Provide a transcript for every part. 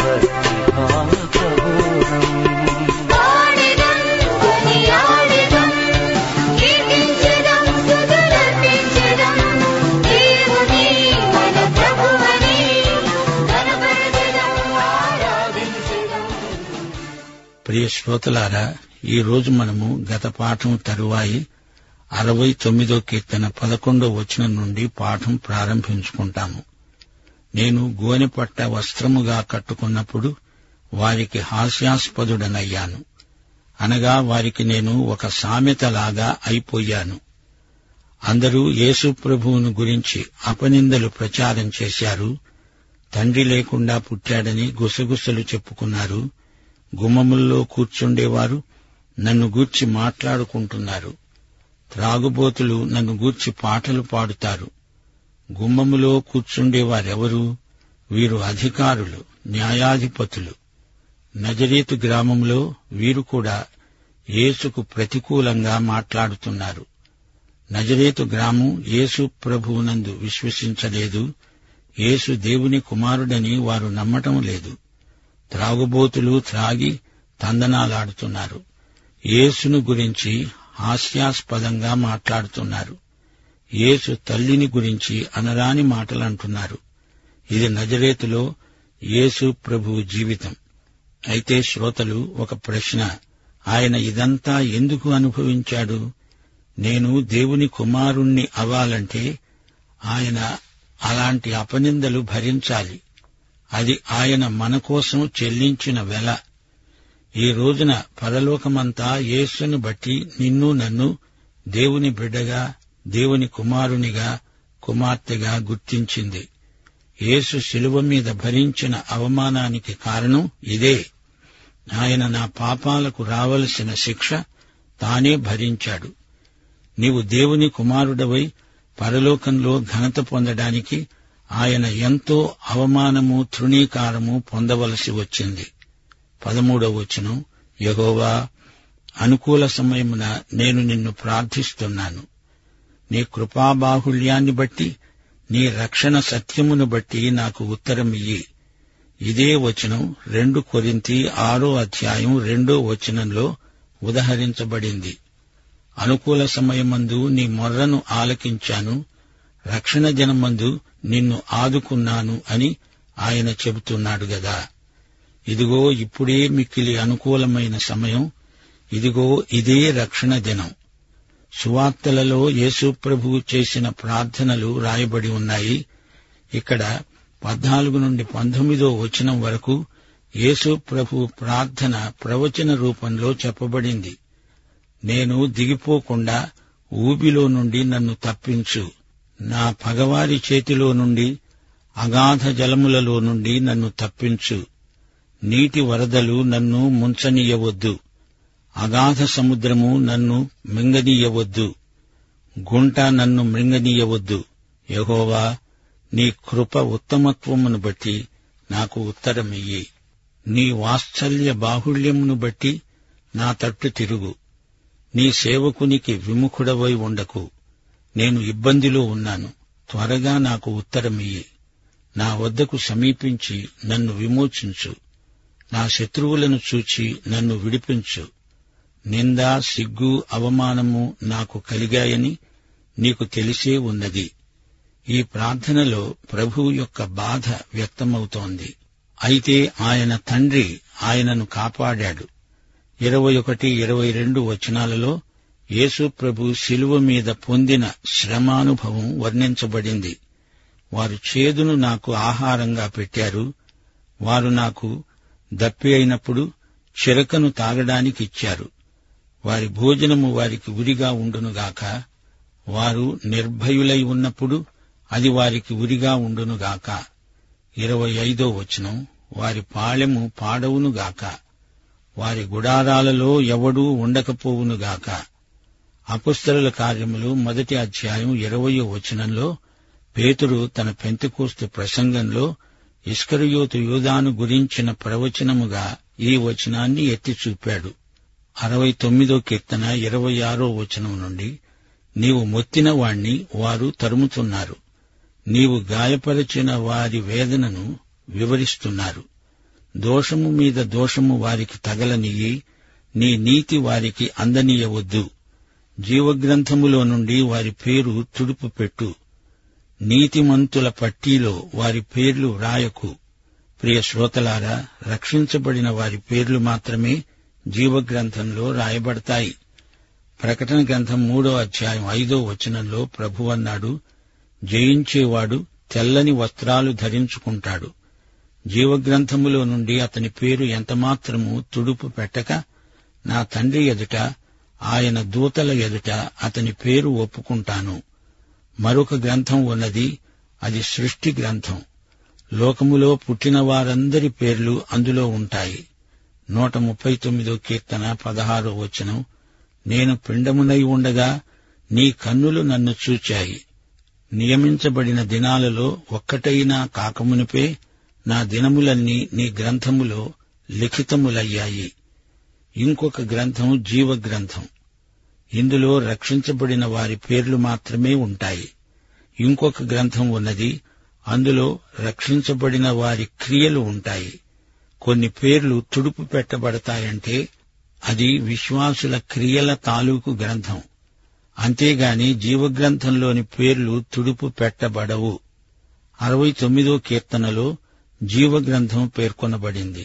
భక్తిభావబోధం ప్రియ శ్రోతలారా ఈ రోజు మనము గత పాఠం తరువాయి అరవై తొమ్మిదో కీర్తన పదకొండో వచనం నుండి పాఠం ప్రారంభించుకుంటాము నేను గోనెపట్ట వస్త్రముగా కట్టుకున్నప్పుడు వారికి హాస్యాస్పదుడనయ్యాను అనగా వారికి నేను ఒక సామెతలాగా అయిపోయాను అందరూ యేసు ప్రభువును గురించి అపనిందలు ప్రచారం చేశారు తండ్రి లేకుండా పుట్టాడని గుసగుసలు చెప్పుకున్నారు గుమ్మముల్లో కూర్చుండేవారు నన్ను గూర్చి మాట్లాడుకుంటున్నారు త్రాగుబోతులు నన్ను గూర్చి పాటలు పాడుతారు గుమ్మములో కూర్చుండేవారెవరు వీరు అధికారులు న్యాయాధిపతులు నజరీతు గ్రామంలో వీరు కూడా యేసుకు ప్రతికూలంగా మాట్లాడుతున్నారు నజరేతు గ్రామం యేసు ప్రభువునందు విశ్వసించలేదు యేసు దేవుని కుమారుడని వారు నమ్మటం లేదు త్రాగుబోతులు త్రాగి తందనాలాడుతున్నారు యేసును గురించి హాస్యాస్పదంగా మాట్లాడుతున్నారు యేసు తల్లిని గురించి అనరాని మాటలంటున్నారు ఇది నజరేతులో యేసు ప్రభువు జీవితం అయితే శ్రోతలు ఒక ప్రశ్న ఆయన ఇదంతా ఎందుకు అనుభవించాడు నేను దేవుని కుమారుణ్ణి అవ్వాలంటే ఆయన అలాంటి అపనిందలు భరించాలి అది ఆయన మన కోసం చెల్లించిన వెల ఈ రోజున పరలోకమంతా యేసును బట్టి నిన్ను నన్ను దేవుని బిడ్డగా దేవుని కుమారునిగా కుమార్తెగా గుర్తించింది యేసు శిలువ మీద భరించిన అవమానానికి కారణం ఇదే ఆయన నా పాపాలకు రావలసిన శిక్ష తానే భరించాడు నీవు దేవుని కుమారుడవై పరలోకంలో ఘనత పొందడానికి ఆయన ఎంతో అవమానము తృణీకారము పొందవలసి వచ్చింది పదమూడవ వచనం యహోవా అనుకూల సమయమున నేను నిన్ను ప్రార్థిస్తున్నాను నీ కృపాబాహుళ్యాన్ని బట్టి నీ రక్షణ సత్యమును బట్టి నాకు ఉత్తరమియ్యి ఇదే వచనం రెండు కొరింతి ఆరో అధ్యాయం రెండో వచనంలో ఉదహరించబడింది అనుకూల సమయమందు నీ మొర్రను ఆలకించాను రక్షణ జనమందు నిన్ను ఆదుకున్నాను అని ఆయన చెబుతున్నాడు గదా ఇదిగో ఇప్పుడే మిక్కిలి అనుకూలమైన సమయం ఇదిగో ఇదే రక్షణ దినం సువార్తలలో యేసు ప్రభువు చేసిన ప్రార్థనలు రాయబడి ఉన్నాయి ఇక్కడ పద్నాలుగు నుండి పంతొమ్మిదో వచనం వరకు యేసు ప్రభు ప్రార్థన ప్రవచన రూపంలో చెప్పబడింది నేను దిగిపోకుండా ఊబిలో నుండి నన్ను తప్పించు నా పగవారి చేతిలో నుండి అగాధ జలములలో నుండి నన్ను తప్పించు నీటి వరదలు నన్ను ముంచనీయవద్దు అగాధ సముద్రము నన్ను మింగనీయవద్దు గుంట నన్ను మృంగనీయవద్దు యహోవా నీ కృప ఉత్తమత్వమును బట్టి నాకు ఉత్తరమియ్యి నీ వాత్సల్య బాహుళ్యమును బట్టి నా తట్టు తిరుగు నీ సేవకునికి విముఖుడవై ఉండకు నేను ఇబ్బందిలో ఉన్నాను త్వరగా నాకు ఉత్తరమియ్యి నా వద్దకు సమీపించి నన్ను విమోచించు నా శత్రువులను చూచి నన్ను విడిపించు నింద సిగ్గు అవమానము నాకు కలిగాయని నీకు తెలిసే ఉన్నది ఈ ప్రార్థనలో ప్రభువు యొక్క బాధ వ్యక్తమవుతోంది అయితే ఆయన తండ్రి ఆయనను కాపాడాడు ఇరవై ఒకటి ఇరవై రెండు వచనాలలో యేసు ప్రభు శిలువ మీద పొందిన శ్రమానుభవం వర్ణించబడింది వారు చేదును నాకు ఆహారంగా పెట్టారు వారు నాకు దప్పి అయినప్పుడు చిరకను తాగడానికి ఇచ్చారు వారి భోజనము వారికి ఉరిగా ఉండునుగాక వారు నిర్భయులై ఉన్నప్పుడు అది వారికి ఉరిగా ఉండునుగాక ఇరవై ఐదో వచనం వారి పాళెము పాడవునుగాక వారి గుడారాలలో ఎవడూ ఉండకపోవునుగాక అపుస్తల కార్యములు మొదటి అధ్యాయం ఇరవయో వచనంలో పేతురు తన పెంతకోస్తు ప్రసంగంలో ఇష్కరియోతు యూదాను గురించిన ప్రవచనముగా ఈ వచనాన్ని ఎత్తి చూపాడు అరవై తొమ్మిదో కీర్తన ఇరవై ఆరో వచనం నుండి నీవు మొత్తిన వాణ్ణి వారు తరుముతున్నారు నీవు గాయపరిచిన వారి వేదనను వివరిస్తున్నారు దోషము మీద దోషము వారికి తగలనియ్యి నీ నీతి వారికి అందనీయవద్దు జీవగ్రంథములో నుండి వారి పేరు తుడుపు పెట్టు నీతిమంతుల పట్టీలో వారి పేర్లు వ్రాయకు ప్రియ శ్రోతలారా రక్షించబడిన వారి పేర్లు మాత్రమే జీవగ్రంథంలో రాయబడతాయి ప్రకటన గ్రంథం మూడో అధ్యాయం ఐదో వచనంలో ప్రభు అన్నాడు జయించేవాడు తెల్లని వస్త్రాలు ధరించుకుంటాడు జీవగ్రంథములో నుండి అతని పేరు ఎంతమాత్రము తుడుపు పెట్టక నా తండ్రి ఎదుట ఆయన దూతల ఎదుట అతని పేరు ఒప్పుకుంటాను మరొక గ్రంథం ఉన్నది అది సృష్టి గ్రంథం లోకములో పుట్టిన వారందరి పేర్లు అందులో ఉంటాయి నూట ముప్పై తొమ్మిదో కీర్తన పదహారో వచనం నేను పిండమునై ఉండగా నీ కన్నులు నన్ను చూచాయి నియమించబడిన దినాలలో ఒక్కటైనా కాకమునిపే నా దినములన్నీ నీ గ్రంథములో లిఖితములయ్యాయి ఇంకొక గ్రంథం జీవ గ్రంథం ఇందులో రక్షించబడిన వారి పేర్లు మాత్రమే ఉంటాయి ఇంకొక గ్రంథం ఉన్నది అందులో రక్షించబడిన వారి క్రియలు ఉంటాయి కొన్ని పేర్లు తుడుపు పెట్టబడతాయంటే అది విశ్వాసుల క్రియల తాలూకు గ్రంథం అంతేగాని జీవగ్రంథంలోని పేర్లు తుడుపు పెట్టబడవు అరవై తొమ్మిదో కీర్తనలో జీవగ్రంథం పేర్కొనబడింది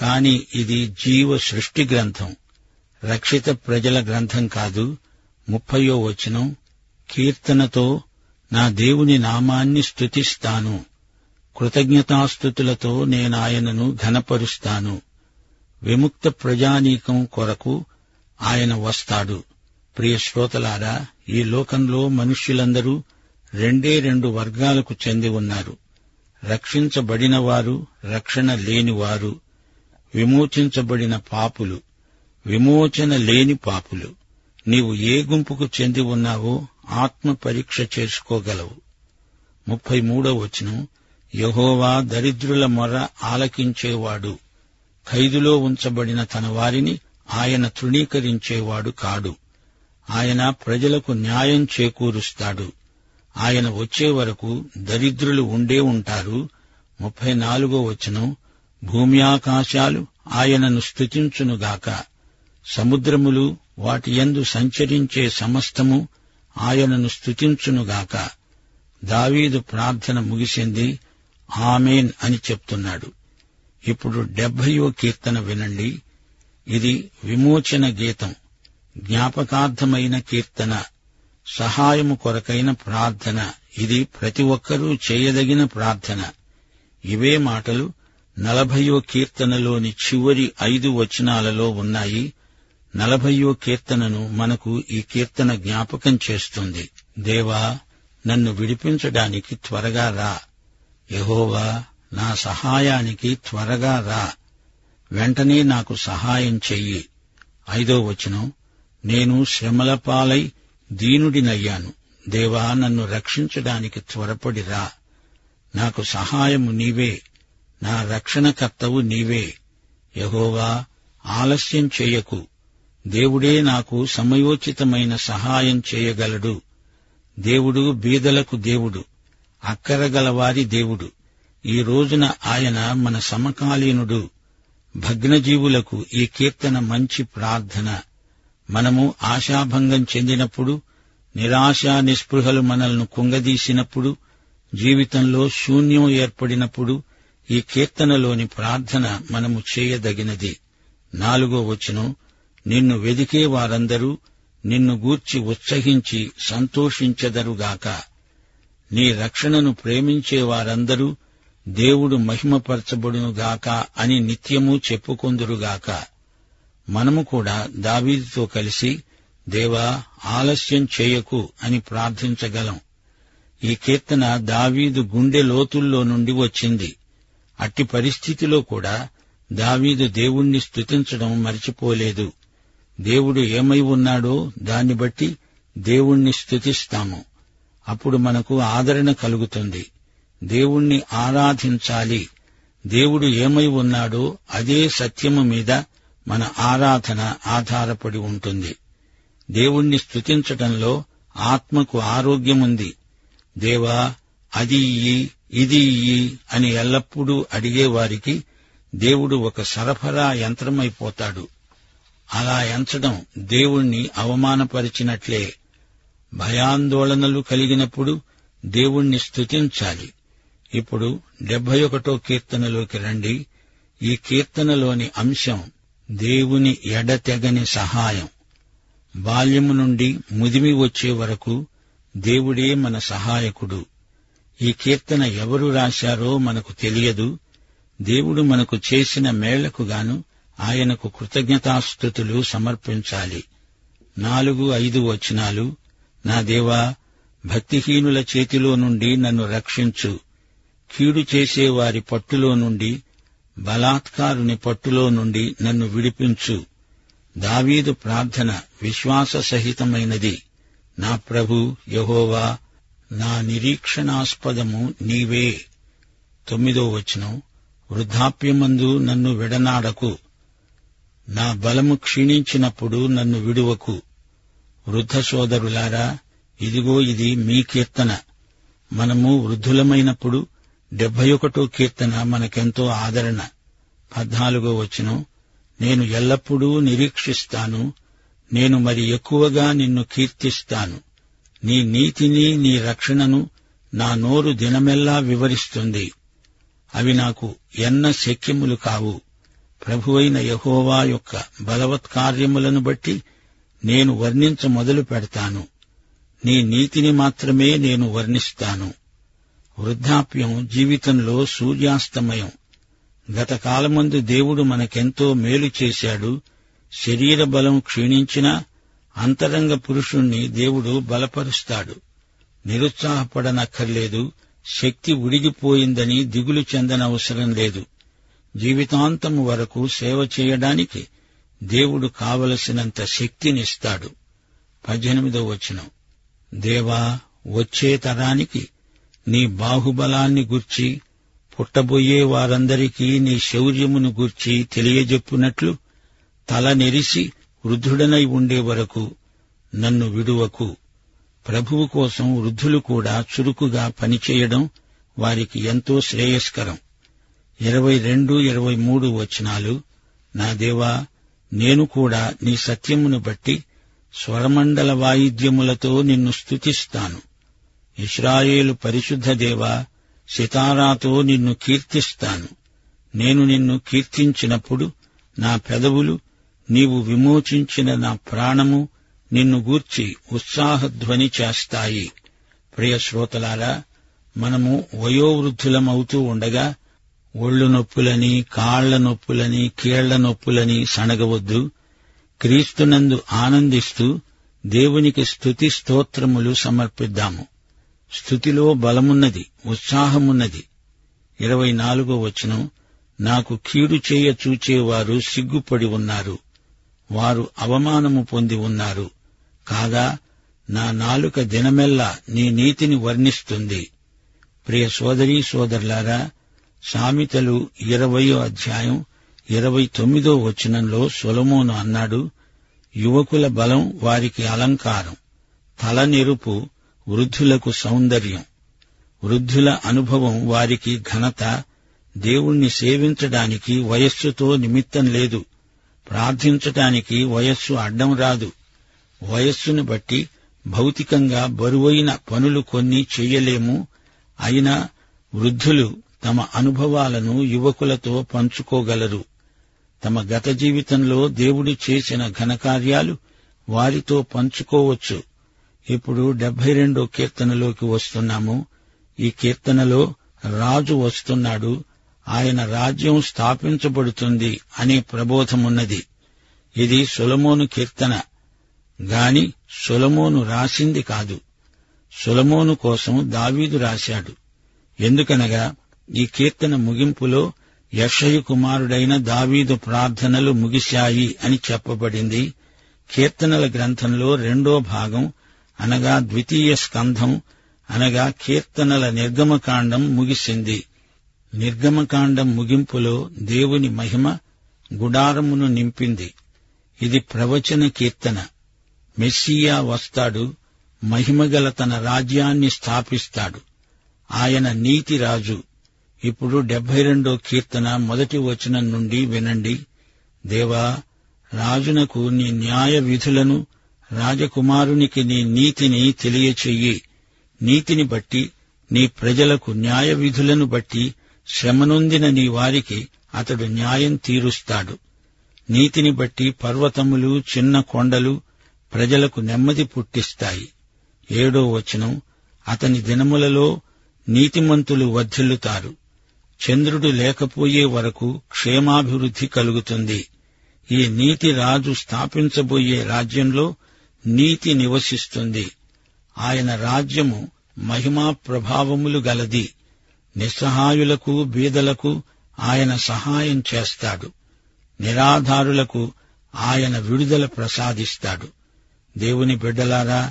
కాని ఇది జీవ సృష్టి గ్రంథం రక్షిత ప్రజల గ్రంథం కాదు ముప్పయో వచనం కీర్తనతో నా దేవుని నామాన్ని స్తుతిస్తాను కృతజ్ఞతాస్థుతులతో నేను ఆయనను ఘనపరుస్తాను విముక్త ప్రజానీకం కొరకు ఆయన వస్తాడు ప్రియ శ్రోతలారా ఈ లోకంలో మనుష్యులందరూ రెండే రెండు వర్గాలకు చెంది ఉన్నారు రక్షించబడిన వారు రక్షణ లేనివారు విమోచించబడిన పాపులు విమోచన లేని పాపులు నీవు ఏ గుంపుకు చెంది ఉన్నావో ఆత్మ పరీక్ష చేసుకోగలవు ముప్పై మూడో వచనం యహోవా దరిద్రుల మొర ఆలకించేవాడు ఖైదులో ఉంచబడిన తన వారిని ఆయన తృణీకరించేవాడు కాడు ఆయన ప్రజలకు న్యాయం చేకూరుస్తాడు ఆయన వచ్చే వరకు దరిద్రులు ఉండే ఉంటారు ముప్పై నాలుగో వచనం భూమి ఆకాశాలు ఆయనను స్థుతించునుగాక సముద్రములు వాటి యందు సంచరించే సమస్తము ఆయనను స్థుతించునుగాక దావీదు ప్రార్థన ముగిసింది ఆమెన్ అని చెప్తున్నాడు ఇప్పుడు డెబ్బయో కీర్తన వినండి ఇది విమోచన గీతం జ్ఞాపకార్థమైన కీర్తన సహాయము కొరకైన ప్రార్థన ఇది ప్రతి ఒక్కరూ చేయదగిన ప్రార్థన ఇవే మాటలు నలభయో కీర్తనలోని చివరి ఐదు వచనాలలో ఉన్నాయి నలభయో కీర్తనను మనకు ఈ కీర్తన జ్ఞాపకం చేస్తుంది దేవా నన్ను విడిపించడానికి త్వరగా రా యహోవా నా సహాయానికి త్వరగా రా వెంటనే నాకు సహాయం చెయ్యి ఐదో వచనం నేను శ్రమల పాలై దీనుడినయ్యాను దేవా నన్ను రక్షించడానికి త్వరపడి రా నాకు సహాయము నీవే నా రక్షణకర్తవు నీవే యహోవా ఆలస్యం చేయకు దేవుడే నాకు సమయోచితమైన సహాయం చేయగలడు దేవుడు బీదలకు దేవుడు అక్కరగల వారి దేవుడు ఈ రోజున ఆయన మన సమకాలీనుడు భగ్నజీవులకు ఈ కీర్తన మంచి ప్రార్థన మనము ఆశాభంగం చెందినప్పుడు నిరాశ నిస్పృహలు మనల్ని కుంగదీసినప్పుడు జీవితంలో శూన్యం ఏర్పడినప్పుడు ఈ కీర్తనలోని ప్రార్థన మనము చేయదగినది నాలుగో వచనం నిన్ను వెదికే వారందరూ నిన్ను గూర్చి ఉత్సహించి సంతోషించెదరుగాక నీ రక్షణను ప్రేమించే వారందరూ దేవుడు మహిమపరచబడునుగాక అని నిత్యము చెప్పుకొందురుగాక మనము కూడా దావీదుతో కలిసి దేవా ఆలస్యం చేయకు అని ప్రార్థించగలం ఈ కీర్తన దావీదు గుండె లోతుల్లో నుండి వచ్చింది అట్టి పరిస్థితిలో కూడా దావీదు దేవుణ్ణి స్తుతించడం మరిచిపోలేదు దేవుడు ఏమై ఉన్నాడో దాన్ని బట్టి దేవుణ్ణి స్తుతిస్తాము అప్పుడు మనకు ఆదరణ కలుగుతుంది దేవుణ్ణి ఆరాధించాలి దేవుడు ఏమై ఉన్నాడో అదే సత్యము మీద మన ఆరాధన ఆధారపడి ఉంటుంది దేవుణ్ణి స్తుతించటంలో ఆత్మకు ఆరోగ్యముంది దేవా అది ఇయ్యి ఇది ఇయ్యి అని ఎల్లప్పుడూ అడిగేవారికి దేవుడు ఒక సరఫరా యంత్రమైపోతాడు అలా ఎంచడం దేవుణ్ణి అవమానపరిచినట్లే భయాందోళనలు కలిగినప్పుడు దేవుణ్ణి స్తుతించాలి ఇప్పుడు డెబ్బై ఒకటో కీర్తనలోకి రండి ఈ కీర్తనలోని అంశం దేవుని ఎడతెగని సహాయం బాల్యము నుండి ముదిమి వచ్చే వరకు దేవుడే మన సహాయకుడు ఈ కీర్తన ఎవరు రాశారో మనకు తెలియదు దేవుడు మనకు చేసిన మేళ్లకు గాను ఆయనకు కృతజ్ఞతాస్థుతులు సమర్పించాలి నాలుగు ఐదు వచనాలు నా దేవా భక్తిహీనుల చేతిలో నుండి నన్ను రక్షించు కీడు చేసేవారి పట్టులో నుండి బలాత్కారుని పట్టులో నుండి నన్ను విడిపించు దావీదు ప్రార్థన విశ్వాస సహితమైనది నా ప్రభు యహోవా నా నిరీక్షణాస్పదము నీవే తొమ్మిదో వచనం వృద్ధాప్యమందు నన్ను విడనాడకు నా బలము క్షీణించినప్పుడు నన్ను విడువకు వృద్ధ సోదరులారా ఇదిగో ఇది మీ కీర్తన మనము వృద్ధులమైనప్పుడు డెబ్బై ఒకటో కీర్తన మనకెంతో ఆదరణ పద్నాలుగో వచనం నేను ఎల్లప్పుడూ నిరీక్షిస్తాను నేను మరి ఎక్కువగా నిన్ను కీర్తిస్తాను నీ నీతిని నీ రక్షణను నా నోరు దినమెల్లా వివరిస్తుంది అవి నాకు ఎన్న శక్యములు కావు ప్రభువైన యహోవా యొక్క బలవత్కార్యములను బట్టి నేను వర్ణించ మొదలు పెడతాను నీ నీతిని మాత్రమే నేను వర్ణిస్తాను వృద్ధాప్యం జీవితంలో సూర్యాస్తమయం గత కాలమందు దేవుడు మనకెంతో మేలు చేశాడు శరీర బలం క్షీణించినా అంతరంగ పురుషుణ్ణి దేవుడు బలపరుస్తాడు నిరుత్సాహపడనక్కర్లేదు శక్తి ఉడిగిపోయిందని దిగులు చెందనవసరం లేదు జీవితాంతం వరకు సేవ చేయడానికి దేవుడు కావలసినంత శక్తినిస్తాడు పద్దెనిమిదో వచనం దేవా వచ్చే తరానికి నీ బాహుబలాన్ని గూర్చి పుట్టబోయే వారందరికీ నీ శౌర్యమును గూర్చి తెలియజెప్పునట్లు తల నెరిసి వృద్ధుడనై ఉండే వరకు నన్ను విడువకు ప్రభువు కోసం వృద్ధులు కూడా చురుకుగా పనిచేయడం వారికి ఎంతో శ్రేయస్కరం ఇరవై రెండు ఇరవై మూడు వచనాలు నా దేవా నేను కూడా నీ సత్యమును బట్టి స్వరమండల వాయిద్యములతో నిన్ను స్తుతిస్తాను ఇస్రాయేలు పరిశుద్ధ దేవా సితారాతో నిన్ను కీర్తిస్తాను నేను నిన్ను కీర్తించినప్పుడు నా పెదవులు నీవు విమోచించిన నా ప్రాణము నిన్ను గూర్చి ఉత్సాహధ్వని చేస్తాయి ప్రియ శ్రోతలారా మనము వయోవృద్ధులమవుతూ ఉండగా ఒళ్ళు నొప్పులని కాళ్ల నొప్పులని కీళ్ల నొప్పులని సణగవద్దు క్రీస్తునందు ఆనందిస్తూ దేవునికి స్తుతి స్తోత్రములు సమర్పిద్దాము స్థుతిలో బలమున్నది ఉత్సాహమున్నది ఇరవై నాలుగో వచనం నాకు కీడు చేయ చూచేవారు సిగ్గుపడి ఉన్నారు వారు అవమానము పొంది ఉన్నారు కాగా నా నాలుక దినమెల్లా నీ నీతిని వర్ణిస్తుంది ప్రియ సోదరీ సోదరులారా సామెతలు ఇరవయో అధ్యాయం ఇరవై తొమ్మిదో వచనంలో సొలమోను అన్నాడు యువకుల బలం వారికి అలంకారం తల నెరుపు వృద్ధులకు సౌందర్యం వృద్ధుల అనుభవం వారికి ఘనత దేవుణ్ణి సేవించడానికి వయస్సుతో నిమిత్తం లేదు ప్రార్థించటానికి వయస్సు అడ్డం రాదు వయస్సును బట్టి భౌతికంగా బరువైన పనులు కొన్ని చెయ్యలేము అయినా వృద్ధులు తమ అనుభవాలను యువకులతో పంచుకోగలరు తమ గత జీవితంలో దేవుడు చేసిన ఘనకార్యాలు వారితో పంచుకోవచ్చు ఇప్పుడు డెబ్బై రెండో కీర్తనలోకి వస్తున్నాము ఈ కీర్తనలో రాజు వస్తున్నాడు ఆయన రాజ్యం స్థాపించబడుతుంది అనే ప్రబోధమున్నది ఇది సొలమోను కీర్తన గాని సొలమోను రాసింది కాదు సొలమోను కోసం దావీదు రాశాడు ఎందుకనగా ఈ కీర్తన ముగింపులో యషయ కుమారుడైన దావీదు ప్రార్థనలు ముగిశాయి అని చెప్పబడింది కీర్తనల గ్రంథంలో రెండో భాగం అనగా ద్వితీయ స్కంధం అనగా కీర్తనల నిర్గమకాండం ముగిసింది నిర్గమకాండం ముగింపులో దేవుని మహిమ గుడారమును నింపింది ఇది ప్రవచన కీర్తన మెస్సియా వస్తాడు మహిమగల తన రాజ్యాన్ని స్థాపిస్తాడు ఆయన నీతి రాజు ఇప్పుడు డెబ్బై రెండో కీర్తన మొదటి వచనం నుండి వినండి దేవా రాజునకు నీ న్యాయ విధులను రాజకుమారునికి నీ నీతిని తెలియచెయ్యి నీతిని బట్టి నీ ప్రజలకు న్యాయ విధులను బట్టి శ్రమనొందిన నీ వారికి అతడు న్యాయం తీరుస్తాడు నీతిని బట్టి పర్వతములు చిన్న కొండలు ప్రజలకు నెమ్మది పుట్టిస్తాయి ఏడో వచనం అతని దినములలో నీతిమంతులు వర్ధిల్లుతారు చంద్రుడు లేకపోయే వరకు క్షేమాభివృద్ధి కలుగుతుంది ఈ నీతి రాజు స్థాపించబోయే రాజ్యంలో నీతి నివసిస్తుంది ఆయన రాజ్యము మహిమా ప్రభావములు గలది నిస్సహాయులకు బీదలకు ఆయన సహాయం చేస్తాడు నిరాధారులకు ఆయన విడుదల ప్రసాదిస్తాడు దేవుని బిడ్డలారా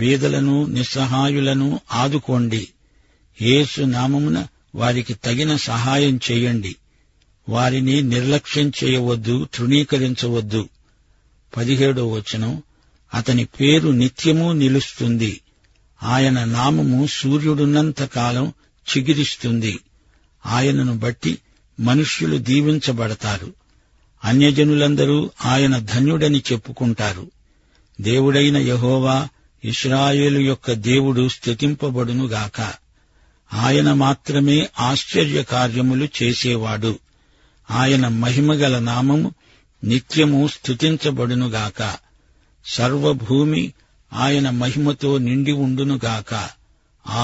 బీదలను నిస్సహాయులను ఆదుకోండి యేసు నామమున వారికి తగిన సహాయం చేయండి వారిని నిర్లక్ష్యం చేయవద్దు తృణీకరించవద్దు పదిహేడో వచనం అతని పేరు నిత్యము నిలుస్తుంది ఆయన నామము సూర్యుడున్నంత కాలం చిగిరిస్తుంది ఆయనను బట్టి మనుష్యులు దీవించబడతారు అన్యజనులందరూ ఆయన ధన్యుడని చెప్పుకుంటారు దేవుడైన యహోవా ఇస్రాయేలు యొక్క దేవుడు స్థుతింపబడునుగాక ఆయన మాత్రమే ఆశ్చర్య కార్యములు చేసేవాడు ఆయన మహిమగల నామము నిత్యము స్థుతించబడునుగాక సర్వభూమి ఆయన మహిమతో నిండి ఉండునుగాక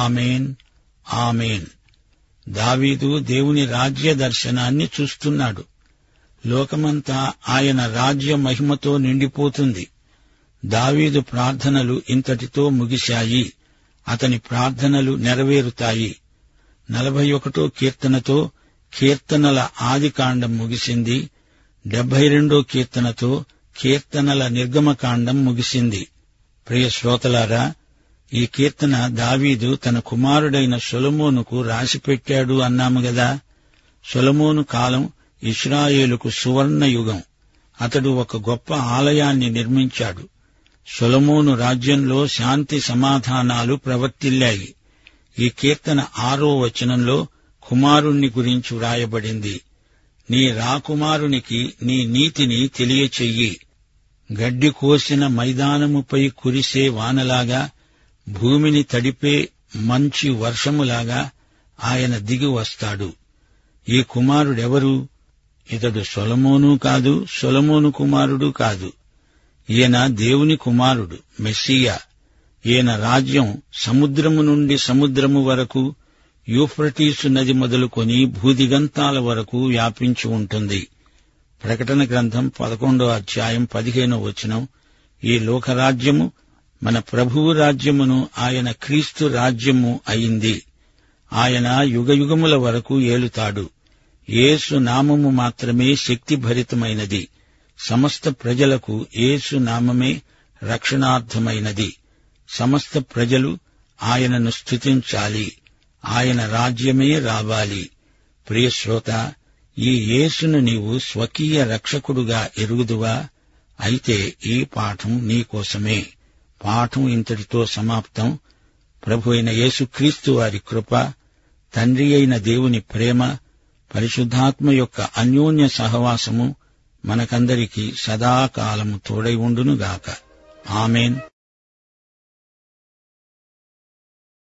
ఆమేన్ ఆమేన్ దావీదు దేవుని రాజ్య దర్శనాన్ని చూస్తున్నాడు లోకమంతా ఆయన రాజ్య మహిమతో నిండిపోతుంది దావీదు ప్రార్థనలు ఇంతటితో ముగిశాయి అతని ప్రార్థనలు నెరవేరుతాయి నలభై ఒకటో కీర్తనతో కీర్తనల ఆదికాండం ముగిసింది డెబ్బై రెండో కీర్తనతో కీర్తనల నిర్గమకాండం ముగిసింది ప్రియ శ్రోతలారా ఈ కీర్తన దావీదు తన కుమారుడైన సొలమోనుకు రాసిపెట్టాడు అన్నాము గదా సొలమోను కాలం ఇస్రాయేలుకు సువర్ణ యుగం అతడు ఒక గొప్ప ఆలయాన్ని నిర్మించాడు సొలమోను రాజ్యంలో శాంతి సమాధానాలు ప్రవర్తిల్లాయి ఈ కీర్తన ఆరో వచనంలో కుమారుణ్ణి గురించి వ్రాయబడింది నీ రాకుమారునికి నీ నీతిని తెలియచెయ్యి గడ్డి కోసిన మైదానముపై కురిసే వానలాగా భూమిని తడిపే మంచి వర్షములాగా ఆయన దిగి వస్తాడు ఈ కుమారుడెవరు ఇతడు సొలమోను కాదు సొలమోను కుమారుడు కాదు ఈయన దేవుని కుమారుడు మెస్సియా ఈయన రాజ్యం సముద్రము నుండి సముద్రము వరకు యూఫ్రటీసు నది మొదలుకొని భూదిగంతాల వరకు వ్యాపించి ఉంటుంది ప్రకటన గ్రంథం పదకొండో అధ్యాయం పదిహేనో వచనం ఈ లోకరాజ్యము మన ప్రభువు రాజ్యమును ఆయన క్రీస్తు రాజ్యము అయింది ఆయన యుగయుగముల వరకు ఏలుతాడు యేసు నామము మాత్రమే శక్తిభరితమైనది సమస్త ప్రజలకు యేసు నామమే రక్షణార్థమైనది సమస్త ప్రజలు ఆయనను స్తుతించాలి ఆయన రాజ్యమే రావాలి ప్రియ శ్రోత ఈ యేసును నీవు స్వకీయ రక్షకుడుగా ఎరుగుదువా అయితే ఈ పాఠం నీకోసమే పాఠం ఇంతటితో సమాప్తం ప్రభు అయిన యేసుక్రీస్తు వారి కృప తండ్రి అయిన దేవుని ప్రేమ పరిశుద్ధాత్మ యొక్క అన్యోన్య సహవాసము మనకందరికీ సదాకాలము తోడై ఉండునుగాక ఆమెన్